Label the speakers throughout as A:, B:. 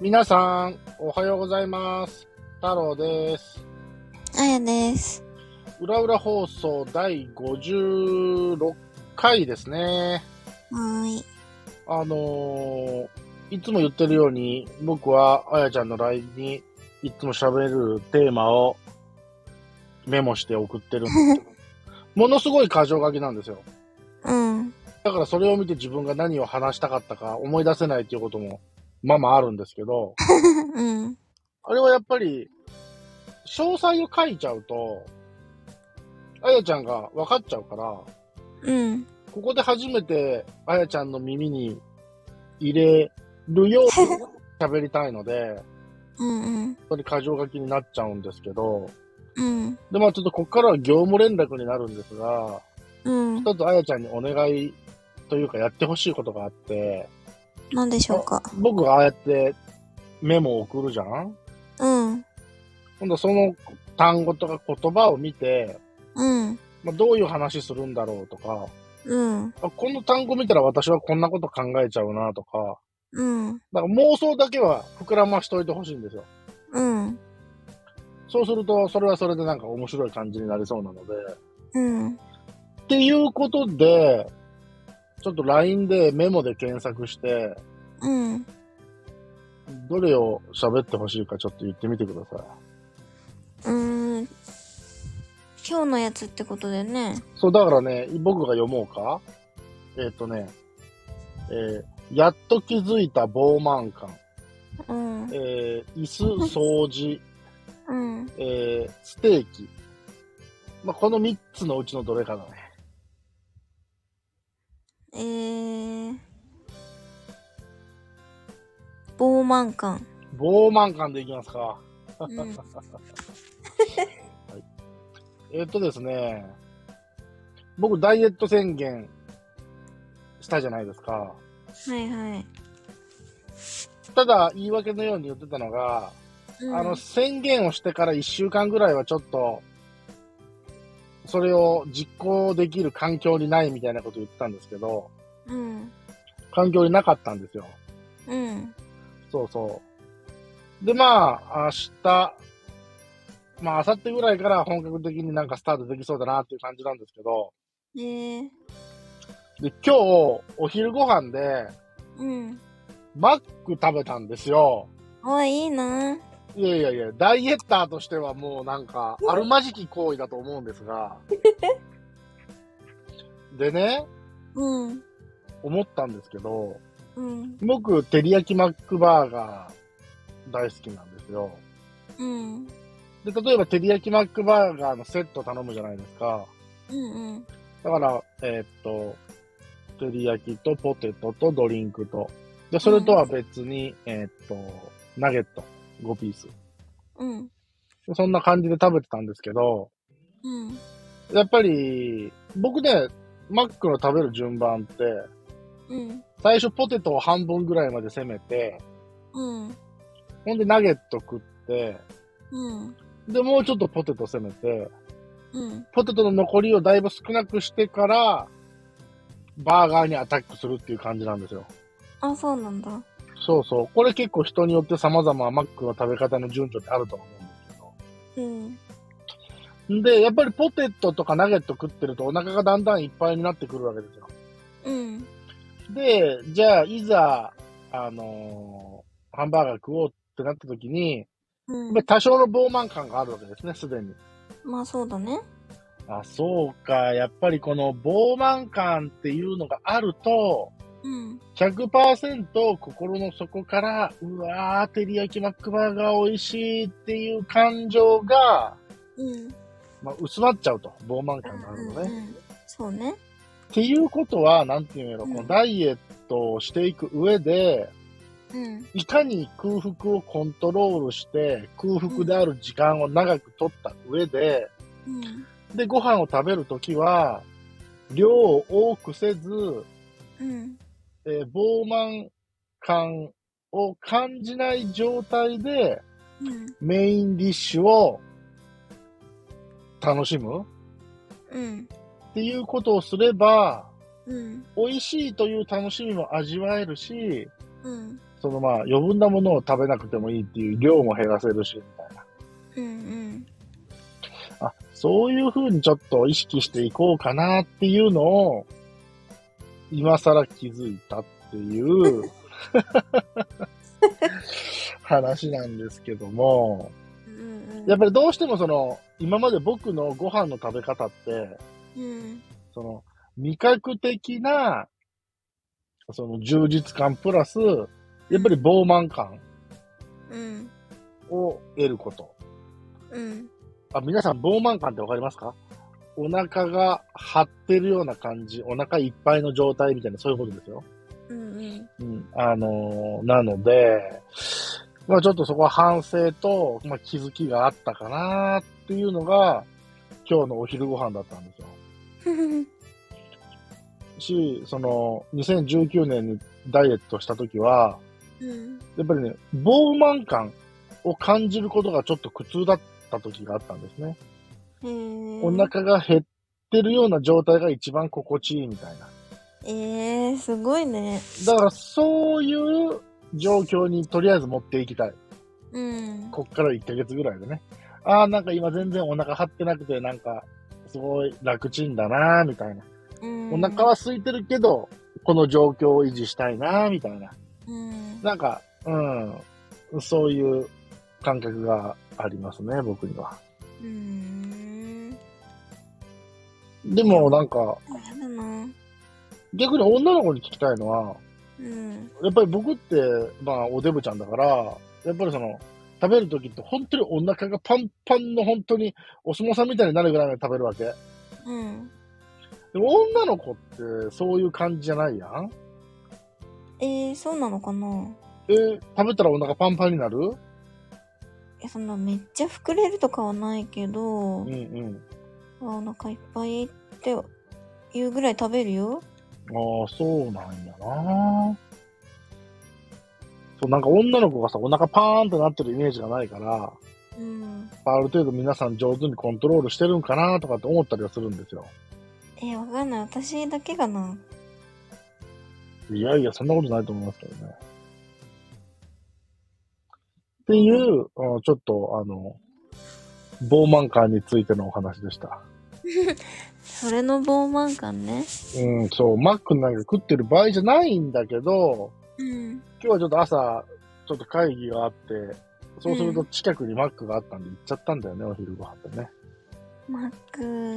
A: 皆さん、おはようございます。太郎です。
B: あやです。
A: 裏裏放送第56回ですね。
B: はーい。
A: あのーいつも言ってるように、僕はあやちゃんの LINE にいつも喋るテーマをメモして送ってるんですけ ど、ものすごい箇条書きなんですよ。
B: うん。
A: だからそれを見て自分が何を話したかったか思い出せないっていうことも、まあまああるんですけど、
B: うん。
A: あれはやっぱり、詳細を書いちゃうと、あやちゃんが分かっちゃうから、
B: うん。
A: ここで初めてあやちゃんの耳に入れるように喋りたいので、
B: うんうん。
A: 本当に過剰書きになっちゃうんですけど、
B: うん。
A: で、まあちょっとここからは業務連絡になるんですが、
B: うん。
A: 一つあやちゃんにお願いというかやってほしいことがあって、
B: なんでしょうか。
A: 僕がああやってメモを送るじゃん
B: うん。
A: 今度その単語とか言葉を見て、
B: うん。
A: まあ、どういう話するんだろうとか、
B: うん。
A: あこの単語見たら私はこんなこと考えちゃうなとか、
B: うん。
A: だから妄想だけは膨らましといてほしいんですよ。
B: うん。
A: そうすると、それはそれでなんか面白い感じになりそうなので。
B: うん。
A: っていうことで、ちょっと LINE でメモで検索して、
B: うん。
A: どれを喋ってほしいかちょっと言ってみてください。
B: うん。今日のやつってことでね。
A: そう、だからね、僕が読もうかえっ、とね、えーやっと気づいた傲慢感、
B: うん。うん。
A: えー椅子掃除、
B: うん。
A: えーステーキ。まあ、この3つのうちのどれかだね。
B: えー。傲慢感。
A: 傲慢感でいきますか。
B: うん。
A: えーっとですね、僕ダイエット宣言したじゃないですか。
B: はいはい。
A: ただ言い訳のように言ってたのが、
B: うん、
A: あの宣言をしてから1週間ぐらいはちょっと、それを実行できる環境にないみたいなこと言ってたんですけど、
B: うん。
A: 環境になかったんですよ。
B: うん。
A: そうそう。で、まあ、明日、まあ、明後日ぐらいから本格的になんかスタートできそうだなっていう感じなんですけど、
B: えー。
A: で、今日、お昼ご飯で、
B: うん。
A: マック食べたんですよ。
B: あ、いいな。
A: いやいやいや、ダイエッターとしてはもうなんか、あるまじき行為だと思うんですが。でね、
B: うん。
A: 思ったんですけど、
B: うん。
A: 僕、照り焼きマックバーガー大好きなんですよ。
B: うん。
A: で、例えば、照り焼きマックバーガーのセット頼むじゃないですか。
B: うんうん。
A: だから、えーっと、照り焼きとポテトとドリンクと。で、それとは別に、えーっと、ナゲット5ピース。
B: うん。
A: でそんな感じで食べてたんですけど、
B: うん。
A: やっぱり、僕ね、マックの食べる順番って、
B: うん。
A: 最初ポテトを半分ぐらいまで攻めて、
B: うん。
A: ほんでナゲット食って、
B: うん。
A: で、もうちょっとポテト攻めて、
B: うん。
A: ポテトの残りをだいぶ少なくしてから、バーガーにアタックするっていう感じなんですよ。
B: あ、そうなんだ。
A: そうそう。これ結構人によって様々マックの食べ方の順序ってあると思うんです
B: う
A: けど。
B: ん。
A: で、やっぱりポテトとかナゲット食ってるとお腹がだんだんいっぱいになってくるわけですよ。
B: うん。
A: で、じゃあ、いざ、あのーハンバーガー食おうってなった時に、
B: う
A: やっ
B: ん
A: ぱり。多少の傲慢感があるわけですね、すでに。
B: まあそうだね。
A: あ、そうか。やっぱりこの傲慢感っていうのがあると、
B: うん。
A: 100%心の底から、うわー、照り焼きマックバーガー美味しいっていう感情が、
B: うん。
A: まあ、薄まっちゃうと、傲慢感があるのね。
B: うんうんそうね。
A: っていうことは、なんていうんやろ、こ
B: う
A: の
B: ん
A: ダイエットをしていく上で、
B: うん。
A: いかに空腹をコントロールして、空腹である時間を長く取った上で、
B: うん。
A: で、ご飯を食べるときは、量を多くせず、
B: うん。
A: えー傲慢感を感じない状態で、
B: うん。
A: メインディッシュを楽しむ
B: うん。
A: っていうことをすれば、
B: うん。
A: 美味しいという楽しみも味わえるし、
B: うん。
A: そのまあ、余分なものを食べなくてもいいっていう量も減らせるし、みたいな。
B: うんうん。
A: あ、そういう風にちょっと意識していこうかなっていうのを、今更気づいたっていう話なんですけども、
B: うんうん。
A: やっぱりどうしてもその、今まで僕のご飯の食べ方って、
B: うん。
A: その、味覚的な、その充実感プラス、やっぱり傲慢感
B: うん。
A: を得ること。
B: うん。
A: あ、皆さん、膨慢感ってわかりますかお腹が張ってるような感じ、お腹いっぱいの状態みたいな、そういうことですよ。
B: うんうん。
A: うん。あのーなので、まあちょっとそこは反省と、まあ気づきがあったかなっていうのが、今日のお昼ご飯だったんですよ。
B: ふふふ
A: し、その、2019年にダイエットした時は、
B: うん。
A: やっぱりね、膨慢感を感じることがちょっと苦痛だった時があったんですね。
B: へえ。
A: お。腹が減ってるような状態が一番心地いいみたいな。
B: ええー、すごいね。
A: だからそういう状況にとりあえず持っていきたい。
B: うん。
A: こっから1ヶ月ぐらいでね。ああ、なんか今全然お腹張ってなくて、なんかすごい楽ちんだなーみたいな。
B: うん
A: お腹は。空いてるけど、この状況を維持したいなーみたいな。
B: うん。
A: なんか、うん、そういう感覚がありますね、僕には。
B: うん。
A: でもなんか、
B: やだな。
A: 逆に女の子に聞きたいのは、
B: うん。
A: やっぱり僕って、まあ、おデブちゃんだから、やっぱりその、食べるときって本当にお腹がパンパンの本当にお相撲さんみたいになるぐらいまで食べるわけ。
B: うん。
A: でも女の子ってそういう感じじゃないやん
B: ええー、そうなのかな
A: えー食べたらお腹パンパンになる
B: いやそんなめっちゃ膨れるとかはないけど、
A: うんうん。
B: あお腹いっぱいっていうぐらい食べるよ。
A: ああ、そうなんやなそう、なんか女の子がさ、お腹パーンってなってるイメージがないから、
B: うん。
A: ある程度皆さん上手にコントロールしてるんかなとかって思ったりはするんですよ。
B: えー、わかんない。私だけかな。
A: いやいや、そんなことないと思いますけどね。っていう、あちょっと、あの、傲慢感についてのお話でした。
B: それの傲慢感ね。
A: うん、そう、マックなんか食ってる場合じゃないんだけど、
B: うん。
A: 今日はちょっと朝、ちょっと会議があって、そうすると近くにマックがあったんで行っちゃったんだよね、お昼ご飯ってね。
B: マッ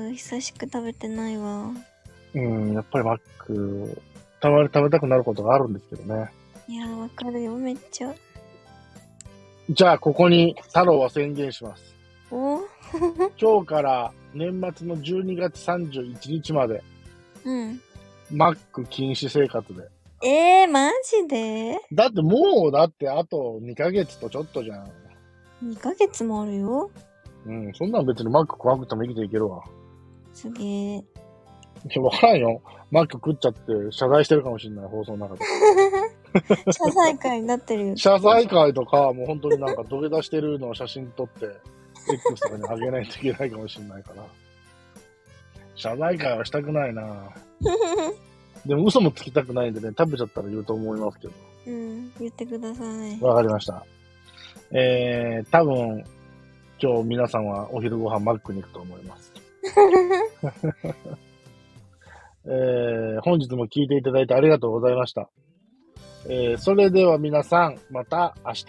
B: ク、久しく食べてないわ。
A: うん、やっぱりマック、たまに食べたくなることがあるんですけどね。
B: いやー、わかるよ、めっちゃ。
A: じゃあ、ここに太郎は宣言します。
B: お
A: 今日から年末の12月31日まで、
B: うん。
A: マック禁止生活で。
B: えー、マジで
A: だってもう、だってあと2ヶ月とちょっとじゃん。
B: ?2 ヶ月もあるよ。
A: うん、そんなん別にマック食わなくても生きていけるわ。
B: すげえ。
A: いやわからんよ。マック食っちゃって謝罪してるかもしれない、放送の中で。
B: 謝罪会になってるよ。
A: 謝罪会とか、もう本当になんか土下座してるのを写真撮って、X とかにあげないといけないかもしれないから。謝罪会はしたくないなでも嘘もつきたくないんでね、食べちゃったら言うと思いますけど。
B: うん、言ってください。
A: わかりました。えー、多分、今日皆さんはお昼ご飯マックに行くと思います。えー、本日も聞いていただいてありがとうございました。えー、それでは皆さん、また明日。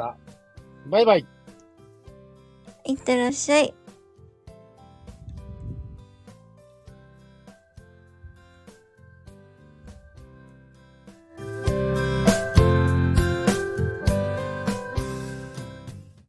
A: バイバイ。
B: いってらっしゃい。